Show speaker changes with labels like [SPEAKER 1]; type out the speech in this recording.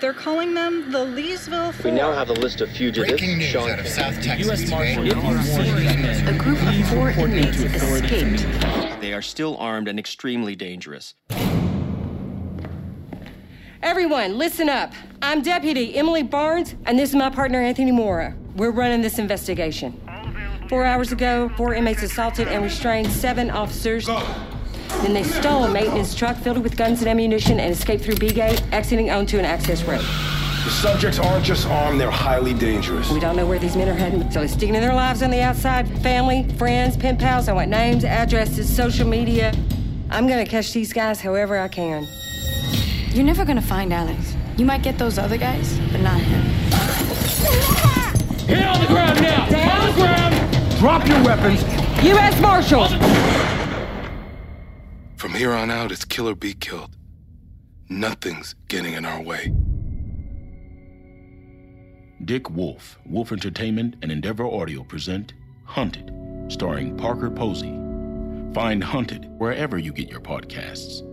[SPEAKER 1] They're calling them the Leesville Four.
[SPEAKER 2] We now have a list of fugitives
[SPEAKER 3] Breaking news
[SPEAKER 2] showing
[SPEAKER 3] out of South Texas
[SPEAKER 4] U.S.
[SPEAKER 3] today.
[SPEAKER 4] Marshal General Warren
[SPEAKER 5] A group of four inmates escaped.
[SPEAKER 6] They are still armed and extremely dangerous.
[SPEAKER 7] Everyone, listen up. I'm Deputy Emily Barnes, and this is my partner, Anthony Mora. We're running this investigation. Four hours ago, four inmates assaulted and restrained seven officers. Then they stole a maintenance truck filled with guns and ammunition and escaped through B Gate, exiting onto an access road.
[SPEAKER 8] The subjects aren't just armed, they're highly dangerous.
[SPEAKER 7] We don't know where these men are heading, so they're sticking to their lives on the outside. Family, friends, pen pals, I want names, addresses, social media. I'm gonna catch these guys however I can.
[SPEAKER 5] You're never gonna find Alex. You might get those other guys, but not him.
[SPEAKER 4] Hit on the ground now! On the ground!
[SPEAKER 8] Drop your weapons.
[SPEAKER 7] U.S. Marshals!
[SPEAKER 9] From here on out, it's kill or be killed. Nothing's getting in our way.
[SPEAKER 10] Dick Wolf, Wolf Entertainment and Endeavor Audio present Hunted, starring Parker Posey. Find Hunted wherever you get your podcasts.